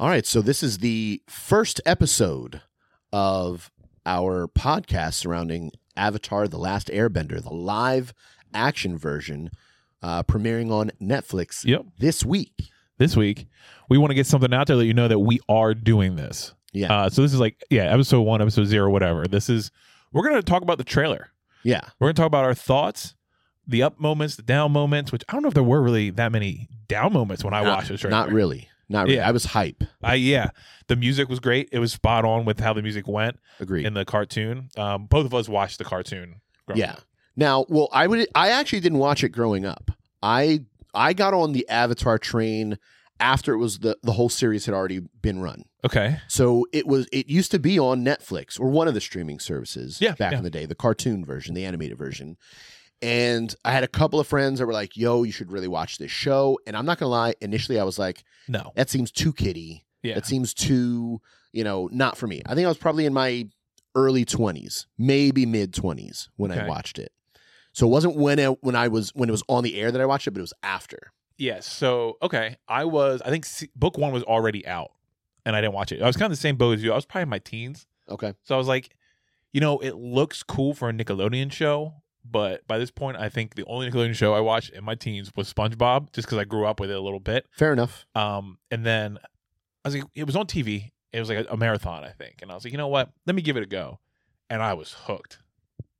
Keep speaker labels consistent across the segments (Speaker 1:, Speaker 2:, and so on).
Speaker 1: All right, so this is the first episode of our podcast surrounding Avatar: The Last Airbender, the live action version, uh, premiering on Netflix
Speaker 2: Yep.
Speaker 1: this week.
Speaker 2: This week, we want to get something out there that you know that we are doing this.
Speaker 1: Yeah,
Speaker 2: Uh, so this is like, yeah, episode one, episode zero, whatever. This is, we're going to talk about the trailer.
Speaker 1: yeah,
Speaker 2: We're going to talk about our thoughts, the up moments, the down moments, which I don't know if there were really that many down moments when I
Speaker 1: Not-
Speaker 2: watched this trailer.
Speaker 1: not really, not really.
Speaker 2: Yeah.
Speaker 1: I was hype.
Speaker 2: I, yeah. The music was great. It was spot on with how the music went
Speaker 1: Agreed.
Speaker 2: in the cartoon. Um, both of us watched the cartoon. growing
Speaker 1: Yeah.
Speaker 2: up.
Speaker 1: Now, well, I would I actually didn't watch it growing up. I I got on the Avatar train after it was the the whole series had already been run.
Speaker 2: Okay.
Speaker 1: So it was it used to be on Netflix or one of the streaming services
Speaker 2: Yeah,
Speaker 1: back
Speaker 2: yeah.
Speaker 1: in the day, the cartoon version, the animated version. And I had a couple of friends that were like, "Yo, you should really watch this show." And I'm not going to lie, initially I was like,
Speaker 2: No.
Speaker 1: "That seems too kiddie.
Speaker 2: Yeah.
Speaker 1: That seems too, you know, not for me." I think I was probably in my early 20s, maybe mid 20s when I
Speaker 2: Okay.
Speaker 1: watched it. So it wasn't when I, when I was when it was on the air that I watched it, but it was after.
Speaker 2: Yes. So okay, I was. I think se- book one was already out, and I didn't watch it. I was kind of the same boat as you. I was probably in my teens,
Speaker 1: Okay.
Speaker 2: so I was like, you know, it looks cool for a Nickelodeon show, but by this point, I think the only Nickelodeon show I watched in my teens was SpongeBob, just because I grew up with it a little bit.
Speaker 1: Fair enough.
Speaker 2: Um, and then I was like, it was on TV. It was like a, a marathon, I think, and I was like, you know what? Let me give it a go, and I was hooked.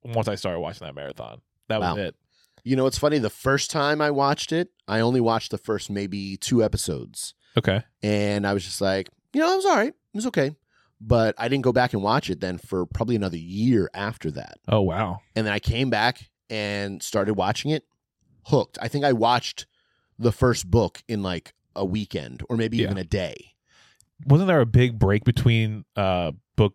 Speaker 2: Once I started watching that marathon, that was
Speaker 1: Wow.
Speaker 2: it.
Speaker 1: You know, it's funny. The first time I watched it, I only watched the first maybe two episodes,
Speaker 2: Okay.
Speaker 1: and I was just like, you know, it was all right, it was okay, but I didn't go back and watch it then for probably another year after that,
Speaker 2: Oh wow.
Speaker 1: and then I came back and started watching it, hooked. I think I watched the first book in like a weekend or maybe
Speaker 2: Yeah.
Speaker 1: even a day.
Speaker 2: wasn't there a big break between uh book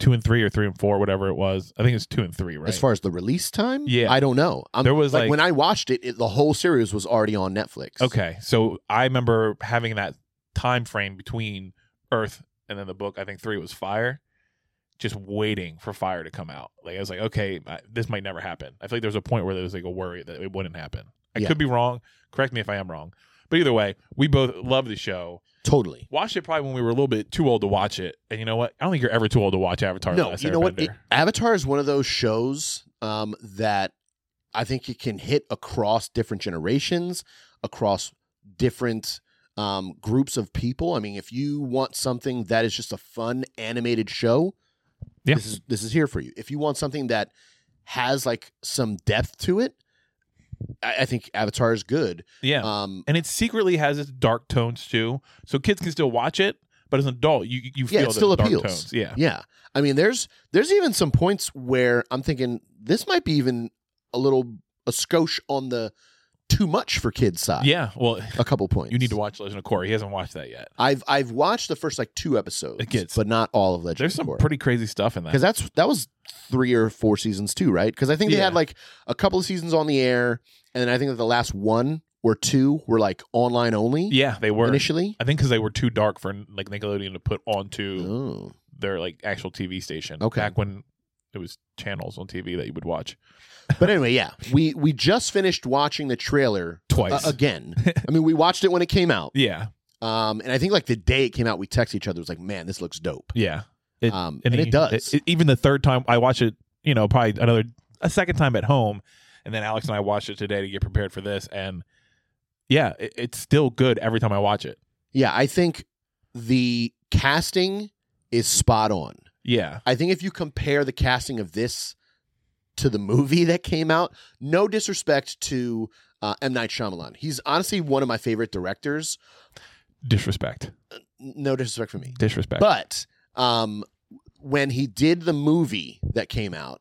Speaker 2: two and three or three and four whatever it was i think it's two and three right
Speaker 1: As far as the release time,
Speaker 2: Yeah.
Speaker 1: I don't know. I'm,
Speaker 2: there was
Speaker 1: like,
Speaker 2: like,
Speaker 1: when I watched it, it, the whole series was already on Netflix.
Speaker 2: okay so i remember having that time frame between earth and then the book i think three was fire just waiting for fire to come out like i was like okay I, this might never happen i feel like there was a point where there was like a worry that it wouldn't happen i
Speaker 1: Yeah.
Speaker 2: could be wrong correct me if i am wrong but either way we both love the show
Speaker 1: totally.
Speaker 2: watched it probably when we were a little bit too old to watch it and you know what i don't think you're ever too old to watch avatar The
Speaker 1: no,
Speaker 2: Last
Speaker 1: you know what?
Speaker 2: Airbender.
Speaker 1: It- Avatar is one of those shows um, that I think it can hit across different generations, across different um, groups of people. I mean, if you want something that is just a fun animated show,
Speaker 2: Yeah.
Speaker 1: this is this is here for you. If you want something that has like some depth to it, I, I think Avatar is good.
Speaker 2: yeah
Speaker 1: Um,
Speaker 2: and it secretly has its dark tones too. So kids can still watch it, but as an adult, you you
Speaker 1: Yeah,
Speaker 2: feel
Speaker 1: it
Speaker 2: those
Speaker 1: still
Speaker 2: dark
Speaker 1: appeals.
Speaker 2: tones. Yeah,
Speaker 1: Yeah. I mean, there's there's even some points where I'm thinking this might be even a little a skosh on the too much for kids side.
Speaker 2: yeah. Well,
Speaker 1: A couple points.
Speaker 2: you need to watch Legend of Korra. He hasn't watched that yet.
Speaker 1: I've I've watched the first like two episodes,
Speaker 2: It gets-
Speaker 1: but not all of Legend.
Speaker 2: There's some pretty crazy stuff in
Speaker 1: because
Speaker 2: that.
Speaker 1: that's that was three or four seasons too, right? Because I think they
Speaker 2: Yeah.
Speaker 1: had like a couple of seasons on the air, and then I think that the last one or two were like online only
Speaker 2: Yeah, they were.
Speaker 1: initially.
Speaker 2: I think because they were too dark for like Nickelodeon to put onto
Speaker 1: Oh.
Speaker 2: their like actual TV station.
Speaker 1: Okay.
Speaker 2: back when it was channels on TV that you would watch
Speaker 1: But anyway, yeah, we we just finished watching the trailer uh,
Speaker 2: twice.
Speaker 1: again. I mean, we watched it when it came out.
Speaker 2: yeah,
Speaker 1: Um, and I think like the day it came out, we texted each other. It was like, man, this looks dope.
Speaker 2: yeah, It-
Speaker 1: Um, and,
Speaker 2: he-
Speaker 1: it does.
Speaker 2: it- e, even the third time I watched it, you know, probably another a second time at home, and then Alex and I watched it today to get prepared for this, and yeah, it, it's still good every time I watch it.
Speaker 1: yeah, I think the casting is spot on.
Speaker 2: Yeah,
Speaker 1: I think if you compare the casting of this to the movie that came out, no disrespect to uh, M Night Shyamalan, he's honestly one of my favorite directors.
Speaker 2: disrespect,
Speaker 1: No disrespect for me,
Speaker 2: disrespect.
Speaker 1: but um, when he did the movie that came out,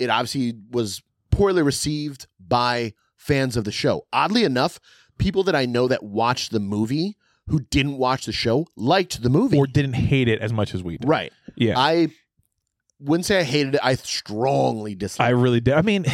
Speaker 1: it obviously was poorly received by fans of the show. Oddly enough, people that I know that watched the movie who didn't watch the show liked the movie.
Speaker 2: or didn't hate it as much as we did.
Speaker 1: right.
Speaker 2: Yeah,
Speaker 1: I wouldn't say I hated it. I strongly
Speaker 2: I,
Speaker 1: disliked it.
Speaker 2: really did. I mean,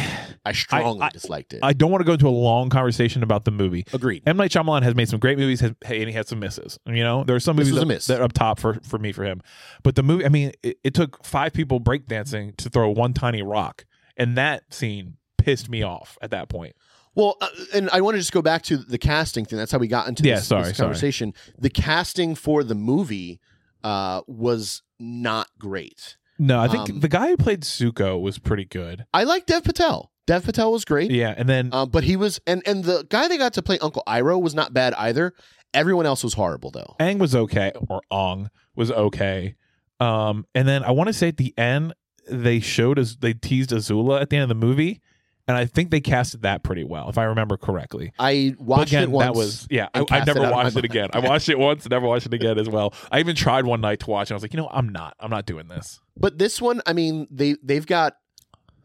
Speaker 1: I strongly
Speaker 2: I-
Speaker 1: disliked it.
Speaker 2: I don't want to go into a long conversation about the movie.
Speaker 1: Agreed.
Speaker 2: M Night Shyamalan has made some great movies, has, hey, and he had some misses. You know, there are some
Speaker 1: This
Speaker 2: movies
Speaker 1: was
Speaker 2: that,
Speaker 1: a miss.
Speaker 2: that are up top for, for me for him, but the movie. I mean, it, it took five people breakdancing to throw one tiny rock, and that scene pissed me off at that point.
Speaker 1: Well, uh, and I want to just go back to the casting thing. That's how we got into
Speaker 2: Yeah,
Speaker 1: this,
Speaker 2: sorry,
Speaker 1: this
Speaker 2: sorry.
Speaker 1: conversation. The casting for the movie uh, was not great.
Speaker 2: No, I think
Speaker 1: Um,
Speaker 2: the guy who played Zuko was pretty good.
Speaker 1: I like Dev Patel. Dev Patel was great.
Speaker 2: Yeah, and then
Speaker 1: Um, but he was, and and the guy they got to play Uncle Iroh was not bad either. Everyone else was horrible though.
Speaker 2: Ang was okay, or Ong was okay. Um, and then I want to say at the end they showed as they teased Azula at the end of the movie, and I think they casted that pretty well, if I remember correctly.
Speaker 1: I
Speaker 2: But
Speaker 1: watched
Speaker 2: again,
Speaker 1: it once.
Speaker 2: that was yeah. I,
Speaker 1: and
Speaker 2: I
Speaker 1: cast it
Speaker 2: never
Speaker 1: out of my
Speaker 2: watched it
Speaker 1: mind.
Speaker 2: again. I watched it once, never watched it again as well. I even tried one night to watch, and I was like, you know, I'm not, I'm not doing this.
Speaker 1: but this one, I mean, they they've got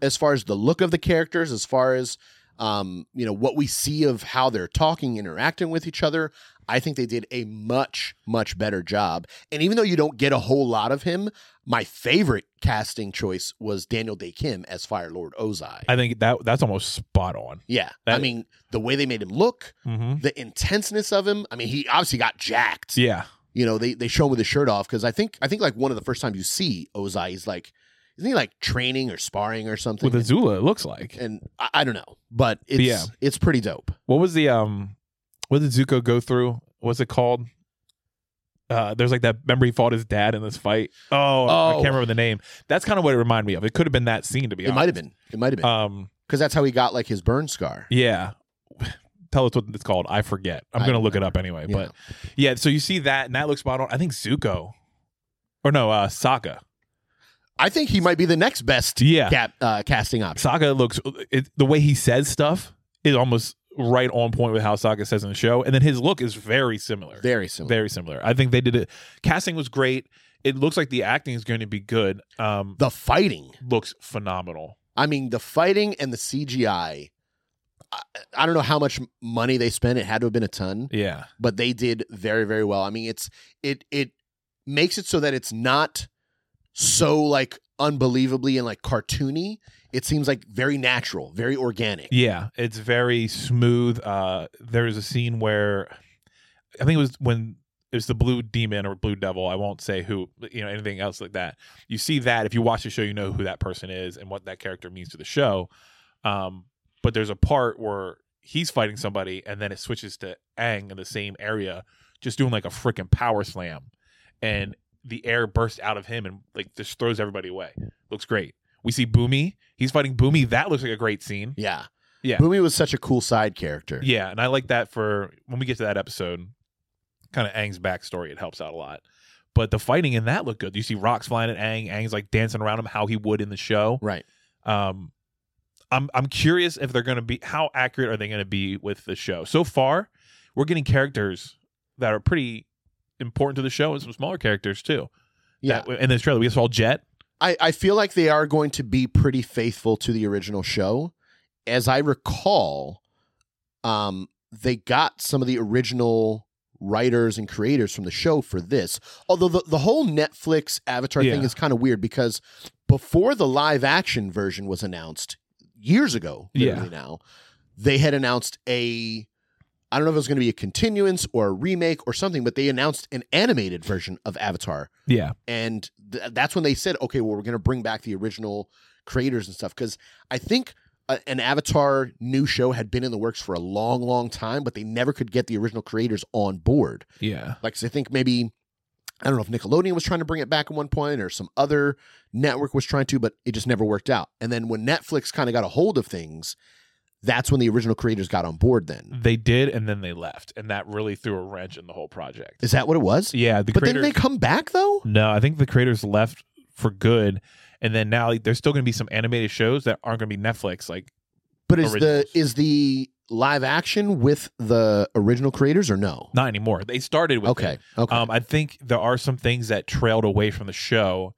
Speaker 1: as far as the look of the characters, as far as um, you know, what we see of how they're talking, interacting with each other. I think they did a much much better job. And even though you don't get a whole lot of him, my favorite casting choice was Daniel Day Kim as Fire Lord Ozai.
Speaker 2: I think that that's almost spot on.
Speaker 1: yeah, I
Speaker 2: that-
Speaker 1: mean, the way they made him look,
Speaker 2: Mm-hmm.
Speaker 1: the intenseness of him. I mean, he obviously got jacked.
Speaker 2: Yeah,
Speaker 1: You know, they they show him with his shirt off because I think I think like one of the first times you see Ozai, he's like, isn't he like training or sparring or something?
Speaker 2: with Azula, it looks like.
Speaker 1: and I, I don't know, but it's
Speaker 2: yeah.
Speaker 1: it's pretty dope.
Speaker 2: What was the um? What did Zuko go through? What's it called? Uh, there's like that. Remember, he fought his dad in this fight. Oh, I
Speaker 1: Oh.
Speaker 2: can't remember the name. That's kind of what it reminded me of. It could have been that scene, to be
Speaker 1: It might
Speaker 2: honest.
Speaker 1: have been. It might have been
Speaker 2: Um,
Speaker 1: because that's how he got like his burn scar.
Speaker 2: yeah. Tell us what it's called. I forget. I'm
Speaker 1: I
Speaker 2: gonna
Speaker 1: don't
Speaker 2: look it up anyway.
Speaker 1: Yeah.
Speaker 2: But yeah, so you see that, and that looks spot on. I think Zuko, or no, uh, Sokka.
Speaker 1: I think he might be the next best
Speaker 2: Yeah,
Speaker 1: cap, uh, casting option.
Speaker 2: Sokka looks. It, the way he says stuff is almost right on point with how Sokka says in the show, and then his look is very similar.
Speaker 1: Very similar.
Speaker 2: very similar. I think they did it. Casting was great. It looks like the acting is going to be good. Um,
Speaker 1: The fighting.
Speaker 2: looks phenomenal.
Speaker 1: I mean, the fighting and the CGI. I, I don't know how much money they spent. It had to have been a ton.
Speaker 2: Yeah,
Speaker 1: but they did very very well. I mean, it's it it makes it so that it's not so like unbelievably and like cartoony. It seems like very natural, very organic.
Speaker 2: yeah. It's very smooth. Uh, there is a scene where I think it was when it was the blue demon or blue devil. I won't say who. You know anything else like that. You see that if you watch the show, you know who that person is and what that character means to the show. Um, but there's a part where he's fighting somebody, and then it switches to Ang in the same area, just doing like a freaking power slam, and the air bursts out of him and like just throws everybody away. Looks great. We see Boomy. He's fighting Boomy. That looks like a great scene.
Speaker 1: Yeah,
Speaker 2: Yeah.
Speaker 1: Boomy was such a cool side character.
Speaker 2: Yeah, and I like that for when we get to that episode, kind of Ang's backstory. It helps out a lot. But the fighting in that looked good. You see rocks flying at Ang. Ang's like dancing around him how he would in the show.
Speaker 1: Right.
Speaker 2: Um, I'm I'm curious if they're going to be how accurate are they going to be with the show. So far, we're getting characters that are pretty important to the show and some smaller characters too.
Speaker 1: Yeah.
Speaker 2: That- in this trailer, we saw Jet.
Speaker 1: I I feel like they are going to be pretty faithful to the original show. As I recall, um they got some of the original writers and creators from the show for this. Although the, the whole Netflix Avatar thing
Speaker 2: Yeah.
Speaker 1: is kind of weird because before the live action version was announced years ago, literally now, they had announced a I don't know if it was going to be a continuance or a remake or something, but they announced an animated version of Avatar
Speaker 2: Yeah,
Speaker 1: and th- that's when they said okay well we're going to bring back the original creators and stuff because i think a, an avatar new show had been in the works for a long long time but they never could get the original creators on board
Speaker 2: yeah.
Speaker 1: like 'cause i think maybe i don't know if nickelodeon was trying to bring it back at one point or some other network was trying to but it just never worked out and then when netflix kind of got a hold of things that's when the original creators got on board then
Speaker 2: They did, and then they left, and that really threw a wrench in the whole project.
Speaker 1: is that what it was
Speaker 2: Yeah, the
Speaker 1: but
Speaker 2: creators,
Speaker 1: then they come back though
Speaker 2: No, I think the creators left for good, and then now like, there's still going to be some animated shows that aren't going to be Netflix. Like,
Speaker 1: But is
Speaker 2: originals.
Speaker 1: the is the live action with the original creators or no?
Speaker 2: not anymore. They started with
Speaker 1: Okay.
Speaker 2: it.
Speaker 1: Okay.
Speaker 2: Um, I think there are some things that trailed away from the show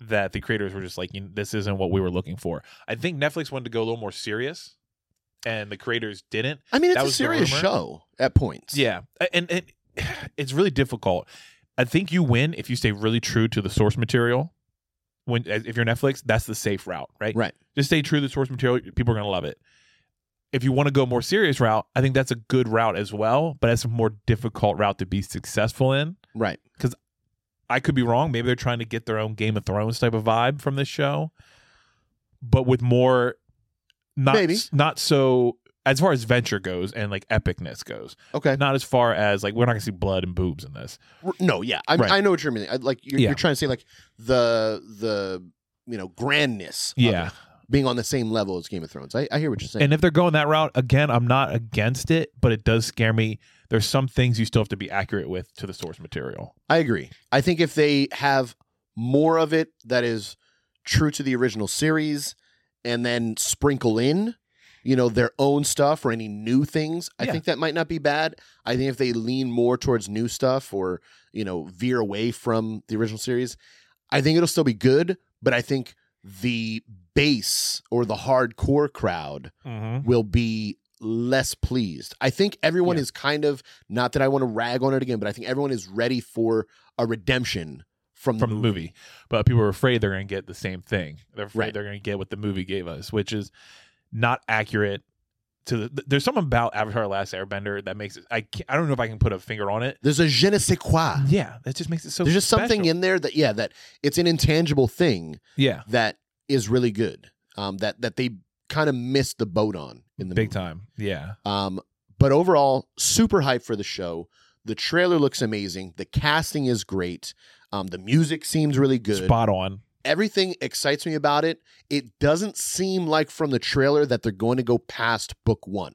Speaker 2: that the creators were just like, you "This isn't what we were looking for." I think Netflix wanted to go a little more serious, and the creators didn't.
Speaker 1: I mean, it's
Speaker 2: that
Speaker 1: a
Speaker 2: was the
Speaker 1: serious
Speaker 2: rumor.
Speaker 1: show at points.
Speaker 2: Yeah, A- and, and it's really difficult. I think you win if you stay really true to the source material. When if you're Netflix, that's the safe route, right?
Speaker 1: Right.
Speaker 2: Just stay true to the source material. People are gonna love it. If you want to go more serious route, I think that's a good route as well, but that's a more difficult route to be successful in.
Speaker 1: Right.
Speaker 2: I could be wrong. Maybe they're trying to get their own Game of Thrones type of vibe from this show, but with more not
Speaker 1: Maybe.
Speaker 2: not so as far as venture goes and like epicness goes.
Speaker 1: Okay.
Speaker 2: Not as far as like we're not gonna see blood and boobs in this.
Speaker 1: R- No, yeah, I,
Speaker 2: Right.
Speaker 1: I know what you're meaning. I, like you're,
Speaker 2: Yeah.
Speaker 1: you're trying to say like the the you know grandness, of
Speaker 2: Yeah.
Speaker 1: it being on the same level as Game of Thrones. I, I hear what you're saying.
Speaker 2: And if they're going that route again, I'm not against it, but it does scare me. There's some things you still have to be accurate with to the source material.
Speaker 1: I agree. I think if they have more of it that is true to the original series and then sprinkle in, you know, their own stuff or any new things, I
Speaker 2: Yeah.
Speaker 1: think that might not be bad. I think if they lean more towards new stuff or, you know, veer away from the original series, I think it'll still be good, but I think the base or the hardcore crowd
Speaker 2: Mm-hmm.
Speaker 1: will be less pleased. I think everyone
Speaker 2: Yeah.
Speaker 1: is kind of not that I want to rag on it again, but I think everyone is ready for a redemption from,
Speaker 2: From the movie, but people are afraid they're going to get the same thing. They're afraid
Speaker 1: Right.
Speaker 2: they're going to get what the movie gave us, which is not accurate. To the, there's something about Avatar: Last Airbender that makes it. I can't, I don't know if I can put a finger on it.
Speaker 1: There's a je ne sais quoi.
Speaker 2: Yeah, that just makes it so.
Speaker 1: Ah. There's just something
Speaker 2: special.
Speaker 1: in there that yeah, that it's an intangible thing
Speaker 2: yeah,
Speaker 1: that is really good. Um that that they kind of missed the boat on in the
Speaker 2: big
Speaker 1: movie.
Speaker 2: time. Yeah,
Speaker 1: Um, but overall, super hype for the show. The trailer looks amazing. The casting is great. Um, the music seems really good.
Speaker 2: spot on.
Speaker 1: everything excites me about it. It doesn't seem like from the trailer that they're going to go past book one.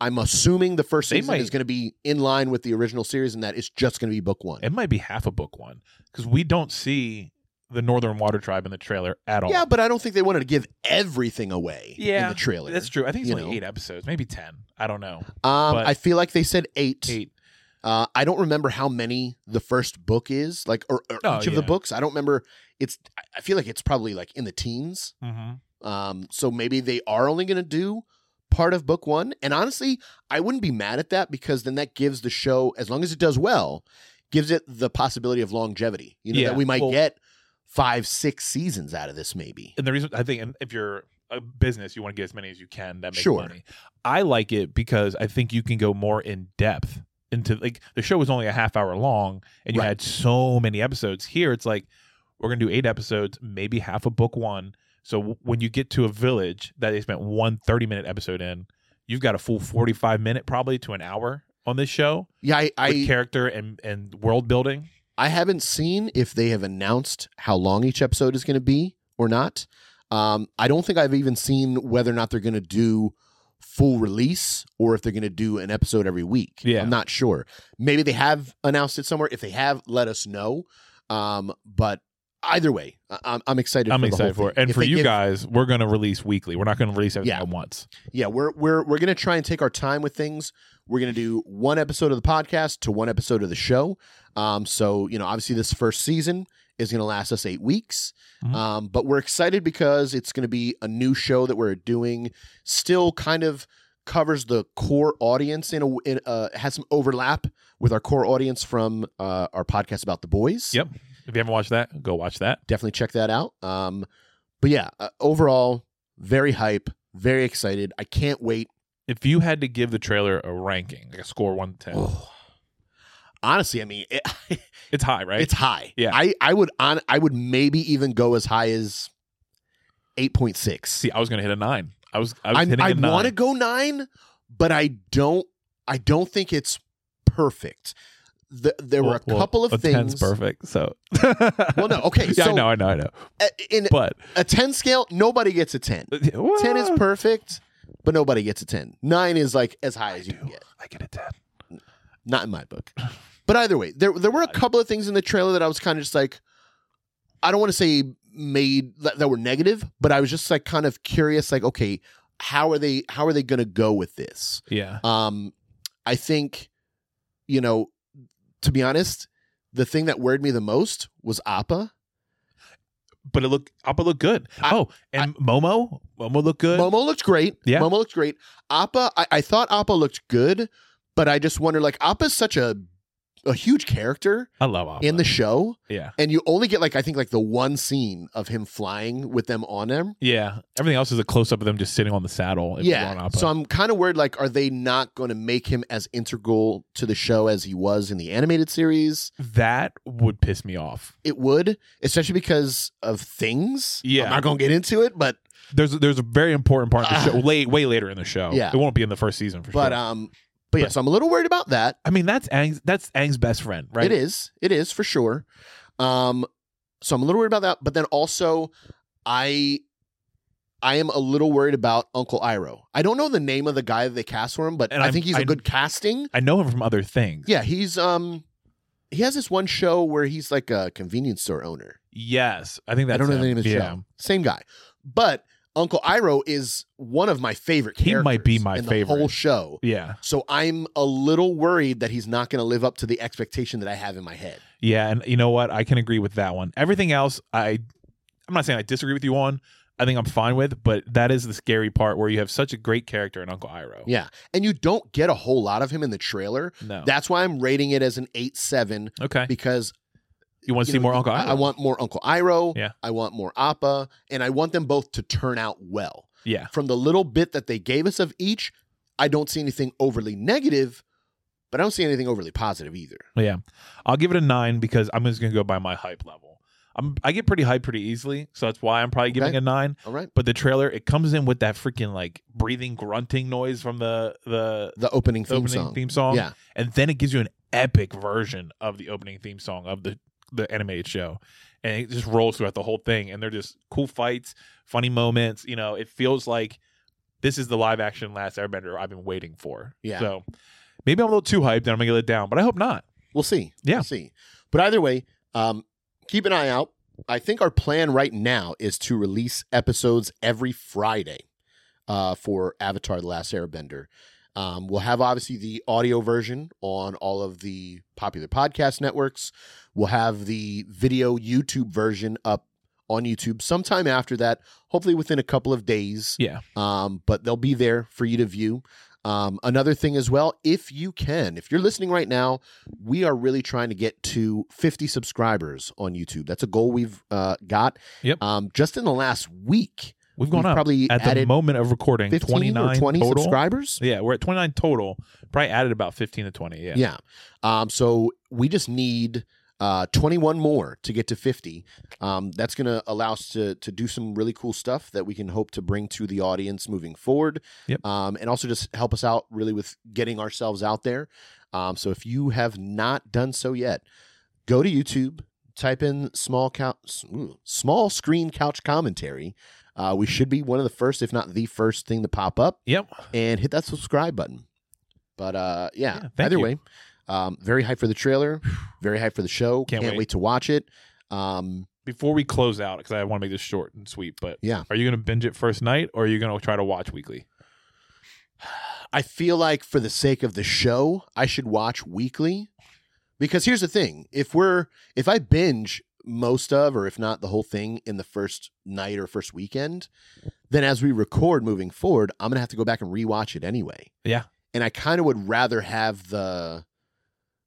Speaker 1: I'm assuming the first
Speaker 2: They
Speaker 1: season
Speaker 2: might-
Speaker 1: is going to be in line with the original series, and that it's just going to be book one.
Speaker 2: It might be half a book one because we don't see the Northern Water Tribe in the trailer at all.
Speaker 1: Yeah, but I don't think they wanted to give everything away in
Speaker 2: Yeah,
Speaker 1: the trailer.
Speaker 2: That's true. I think it's
Speaker 1: you
Speaker 2: only
Speaker 1: know.
Speaker 2: eight episodes, maybe ten. I don't know.
Speaker 1: Um,
Speaker 2: but-
Speaker 1: I feel like they said eight.
Speaker 2: Eight.
Speaker 1: Uh, I don't remember how many the first book is, like, or, or
Speaker 2: Oh,
Speaker 1: each of the
Speaker 2: yeah.
Speaker 1: books. I don't remember. It's. I- I feel like it's probably like in the teens.
Speaker 2: Mm-hmm.
Speaker 1: Um, so maybe they are only going to do part of book one. And honestly, I wouldn't be mad at that because then that gives the show, as long as it does well, gives it the possibility of longevity. You know,
Speaker 2: Yeah,
Speaker 1: that we might
Speaker 2: well-
Speaker 1: get five, six seasons out of this, maybe.
Speaker 2: And the reason I think, and if you're a business, you want to get as many as you can that make
Speaker 1: Sure.
Speaker 2: money. I like it because I think you can go more in depth into like the show was only a half hour long, and you
Speaker 1: Right.
Speaker 2: had so many episodes. Here, it's like we're gonna do eight episodes, maybe half a book one. So w- when you get to a village that they spent one 30 minute episode in, you've got a full 45 minute probably to an hour on this show
Speaker 1: Yeah, I
Speaker 2: with
Speaker 1: I,
Speaker 2: character and and world building.
Speaker 1: I haven't seen if they have announced how long each episode is going to be or not. Um, I don't think I've even seen whether or not they're going to do full release or if they're going to do an episode every week.
Speaker 2: Yeah.
Speaker 1: I'm not sure. Maybe they have announced it somewhere. If they have, let us know. Um, but either way, I- I'm, I'm excited.
Speaker 2: I'm
Speaker 1: for
Speaker 2: excited
Speaker 1: the whole
Speaker 2: for
Speaker 1: thing.
Speaker 2: it. And
Speaker 1: If
Speaker 2: for
Speaker 1: they
Speaker 2: you
Speaker 1: give-
Speaker 2: guys, we're going to release weekly. We're not going to release everything
Speaker 1: Yeah.
Speaker 2: at once.
Speaker 1: yeah, we're we're we're gonna try and take our time with things. We're gonna do one episode of the podcast to one episode of the show. Um, so you know, obviously, this first season is gonna last us eight weeks.
Speaker 2: Mhm.
Speaker 1: Um, but we're excited because it's gonna be a new show that we're doing. Still, kind of covers the core audience in a in, uh, has some overlap with our core audience from uh, our podcast about the boys.
Speaker 2: Yep. If you haven't watched that, go watch that.
Speaker 1: Definitely check that out. Um, but yeah, uh, overall, very hype, very excited. I can't wait.
Speaker 2: If you had to give the trailer a ranking, like a score one to ten,
Speaker 1: Oh. Honestly, I mean, it,
Speaker 2: it's high, right?
Speaker 1: it's high.
Speaker 2: Yeah.
Speaker 1: I, I would on I would maybe even go as high as eight point six.
Speaker 2: See, I was going to hit a nine. I was, I was
Speaker 1: I,
Speaker 2: hitting
Speaker 1: I
Speaker 2: a nine.
Speaker 1: want to go nine, but I don't. I don't think it's perfect. The, there were a
Speaker 2: Well, well,
Speaker 1: couple of
Speaker 2: a
Speaker 1: things.
Speaker 2: ten's perfect. So,
Speaker 1: Well, no, okay.
Speaker 2: yeah,
Speaker 1: so
Speaker 2: I know, I know, I know.
Speaker 1: a- in
Speaker 2: But
Speaker 1: a ten scale, nobody gets a ten. Ten
Speaker 2: Ah.
Speaker 1: is perfect, but nobody gets a ten. Nine is like as high as you can get.
Speaker 2: I get a ten.
Speaker 1: not in my book. But either way, there there were a couple of things in the trailer that I was kind of just like, I don't want to say made that, that were negative, but I was just like kind of curious, like, okay, how are they how are they going to go with this?
Speaker 2: Yeah,
Speaker 1: Um, I think, you know, to be honest, the thing that worried me the most was Appa.
Speaker 2: but it looked, Appa looked good.
Speaker 1: I-
Speaker 2: oh, and Momo, Momo looked good.
Speaker 1: Momo looked great.
Speaker 2: Yeah.
Speaker 1: Momo looked great. Appa, I, I thought Appa looked good, but I just wonder, like, Appa's such a a huge character
Speaker 2: I love Appa.
Speaker 1: in the show.
Speaker 2: yeah,
Speaker 1: and you only get like I think like the one scene of him flying with them on him.
Speaker 2: yeah. Everything else is a close up of them just sitting on the saddle. if you want
Speaker 1: yeah.
Speaker 2: Appa.
Speaker 1: So I'm kind of worried like are they not going to make him as integral to the show as he was in the animated series?
Speaker 2: that would piss me off.
Speaker 1: It would, especially because of things.
Speaker 2: Yeah.
Speaker 1: I'm not going to get into it, but
Speaker 2: There's there's a very important part of the
Speaker 1: Ah.
Speaker 2: show late way later in the show.
Speaker 1: Yeah.
Speaker 2: it won't be in the first season for
Speaker 1: But
Speaker 2: sure.
Speaker 1: um, but yeah,
Speaker 2: But-
Speaker 1: so I'm a little worried about that.
Speaker 2: I mean, that's Ang's that's Ang's best friend, right?
Speaker 1: It is. It is for sure. Um, so I'm a little worried about that. But then also, I, I am a little worried about Uncle Iroh. I don't know the name of the guy that they cast for him, but
Speaker 2: And
Speaker 1: I
Speaker 2: I'm-
Speaker 1: think he's a
Speaker 2: I-
Speaker 1: good casting.
Speaker 2: I know him from other things.
Speaker 1: Yeah, he's um, he has this one show where he's like a convenience store owner.
Speaker 2: Yes, I think that's
Speaker 1: I don't know
Speaker 2: him.
Speaker 1: the name of the
Speaker 2: yeah.
Speaker 1: show. Same guy, but Uncle Iroh is one of my favorite.
Speaker 2: He might be
Speaker 1: characters
Speaker 2: my
Speaker 1: in
Speaker 2: favorite.
Speaker 1: The whole show.
Speaker 2: Yeah,
Speaker 1: So I'm a little worried that he's not going to live up to the expectation that I have in my head.
Speaker 2: yeah, and you know what? I can agree with that one. Everything else, I I'm not saying I disagree with you on. I think I'm fine with, but that is the scary part where you have such a great character in Uncle Iroh.
Speaker 1: Yeah. And you don't get a whole lot of him in the trailer.
Speaker 2: No.
Speaker 1: That's why I'm rating it as an 8 7
Speaker 2: okay.
Speaker 1: because
Speaker 2: You want to
Speaker 1: you
Speaker 2: see
Speaker 1: know,
Speaker 2: more Uncle
Speaker 1: I,
Speaker 2: Iroh?
Speaker 1: I want more Uncle Iroh.
Speaker 2: Yeah.
Speaker 1: I want more Appa. And I want them both to turn out well.
Speaker 2: Yeah.
Speaker 1: From the little bit that they gave us of each, I don't see anything overly negative, but I don't see anything overly positive either.
Speaker 2: Yeah. I'll give it a nine because I'm just gonna go by my hype level. I'm I get pretty hyped pretty easily, so that's why I'm probably
Speaker 1: Okay.
Speaker 2: giving a nine.
Speaker 1: All right.
Speaker 2: But the trailer, it comes in with that freaking like breathing grunting noise from the the
Speaker 1: The opening theme
Speaker 2: opening
Speaker 1: song.
Speaker 2: theme song.
Speaker 1: Yeah.
Speaker 2: And then it gives you an epic version of the opening theme song of the the animated show. And it just rolls throughout the whole thing. And they're just cool fights, funny moments. You know, it feels like this is the live action Last Airbender I've been waiting for.
Speaker 1: Yeah.
Speaker 2: So maybe I'm a little too hyped and I'm going to get it down, but I hope not.
Speaker 1: We'll see.
Speaker 2: Yeah.
Speaker 1: We'll see. But either way, um, keep an eye out. I think our plan right now is to release episodes every Friday uh, for Avatar The Last Airbender. Um, we'll have obviously the audio version on all of the popular podcast networks. We'll have the video YouTube version up on YouTube sometime after that, hopefully within a couple of days.
Speaker 2: Yeah.
Speaker 1: Um, but they'll be there for you to view. Um, another thing as well, if you can, if you're listening right now, we are really trying to get to 50 subscribers on YouTube. That's a goal we've uh, got.
Speaker 2: Yep.
Speaker 1: Um, just in the last week,
Speaker 2: We've gone
Speaker 1: we've
Speaker 2: up
Speaker 1: probably
Speaker 2: at the
Speaker 1: added
Speaker 2: moment of recording
Speaker 1: 15 or
Speaker 2: 29
Speaker 1: 20
Speaker 2: total.
Speaker 1: subscribers.
Speaker 2: Yeah, we're at 29 total. Probably added about 15 to 20. Yeah.
Speaker 1: Yeah. Um, so we just need uh, 21 more to get to 50. Um, that's going to allow us to, to do some really cool stuff that we can hope to bring to the audience moving forward.
Speaker 2: Yep.
Speaker 1: Um, and also just help us out really with getting ourselves out there. Um, so if you have not done so yet, go to YouTube, type in small couch, small screen couch commentary. Uh, we should be one of the first, if not the first thing to pop up
Speaker 2: Yep.
Speaker 1: and hit that subscribe button. But uh,
Speaker 2: Yeah,
Speaker 1: yeah,
Speaker 2: thank
Speaker 1: either
Speaker 2: you.
Speaker 1: way, um, very hyped for the trailer, very hyped for the show.
Speaker 2: Can't wait.
Speaker 1: to watch it. Um,
Speaker 2: Before we close out, because I want to make this short and sweet, but
Speaker 1: Yeah.
Speaker 2: are you going to binge it first night or are you going to try to watch weekly?
Speaker 1: I feel like for the sake of the show, I should watch weekly because here's the thing: if we're if I binge most of, or if not the whole thing, in the first night or first weekend, then as we record moving forward, I'm gonna have to go back and rewatch it anyway.
Speaker 2: Yeah.
Speaker 1: and I kind of would rather have the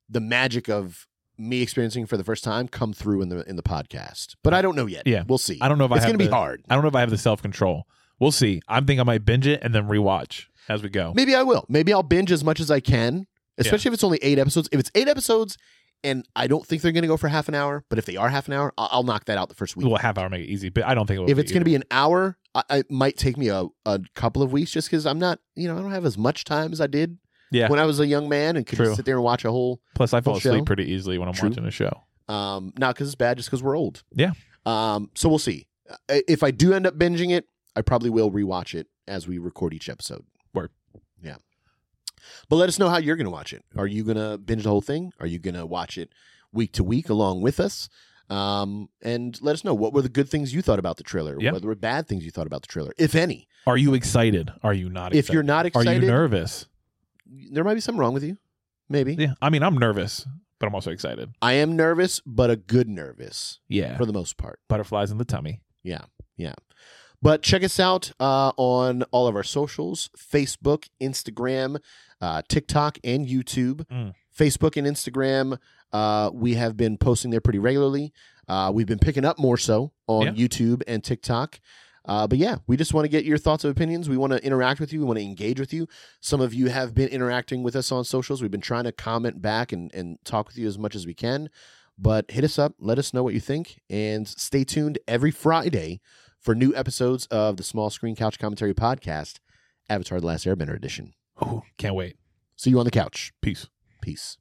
Speaker 1: the magic of me experiencing it for the first time come through in the in the podcast. But I don't know yet.
Speaker 2: Yeah.
Speaker 1: we'll see.
Speaker 2: I don't know if I
Speaker 1: it's
Speaker 2: have
Speaker 1: gonna be
Speaker 2: the-
Speaker 1: hard.
Speaker 2: I don't know if I have the self control. We'll see. I think I might binge it and then rewatch as we go.
Speaker 1: Maybe I will. Maybe I'll binge as much as I can, especially if it's only eight episodes. If it's eight episodes, and I don't think they're going to go for half an hour, but if they are half an hour, I'll, I'll knock that out the first week.
Speaker 2: Well, half hour make it easy, but I don't think it will
Speaker 1: if it's going to be an hour, I, it might take me a, a couple of weeks just because I'm not, you know, I don't have as much time as I did
Speaker 2: Yeah.
Speaker 1: when I was a young man and could just
Speaker 2: True.
Speaker 1: sit there and watch a whole.
Speaker 2: Plus, I fall
Speaker 1: full
Speaker 2: asleep
Speaker 1: show.
Speaker 2: pretty easily when I'm
Speaker 1: True.
Speaker 2: watching a show.
Speaker 1: Um, not because it's bad, just because we're old.
Speaker 2: Yeah.
Speaker 1: Um, so we'll see. I- If I do end up binging it, I probably will rewatch it as we record each episode.
Speaker 2: Word.
Speaker 1: Yeah. But let us know how you're going to watch it. Are you going to binge the whole thing? Are you going to watch it week to week along with us? Um, and let us know what were the good things you thought about the trailer,
Speaker 2: Yeah.
Speaker 1: whether were bad things you thought about the trailer, if any.
Speaker 2: Are you excited? Are you not excited?
Speaker 1: If you're not
Speaker 2: are you
Speaker 1: excited,
Speaker 2: nervous?
Speaker 1: there might be something wrong with you. Maybe.
Speaker 2: Yeah. I mean, I'm nervous, but I'm also excited.
Speaker 1: I am nervous, but a good nervous
Speaker 2: Yeah.
Speaker 1: for the most part.
Speaker 2: Butterflies in the tummy.
Speaker 1: But check us out uh, on all of our socials Facebook, Instagram, uh, TikTok, and YouTube.
Speaker 2: Mm.
Speaker 1: Facebook and Instagram, uh, we have been posting there pretty regularly. Uh, we've been picking up more so on
Speaker 2: Yeah.
Speaker 1: YouTube and TikTok. Uh, but yeah, we just want to get your thoughts and opinions. We want to interact with you. We want to engage with you. Some of you have been interacting with us on socials. We've been trying to comment back and, and talk with you as much as we can. But hit us up. Let us know what you think. And stay tuned every Friday for new episodes of the Small Screen Couch Commentary Podcast, Avatar The Last Airbender Edition.
Speaker 2: Ooh, can't wait.
Speaker 1: See you on the couch.
Speaker 2: Peace.
Speaker 1: Peace.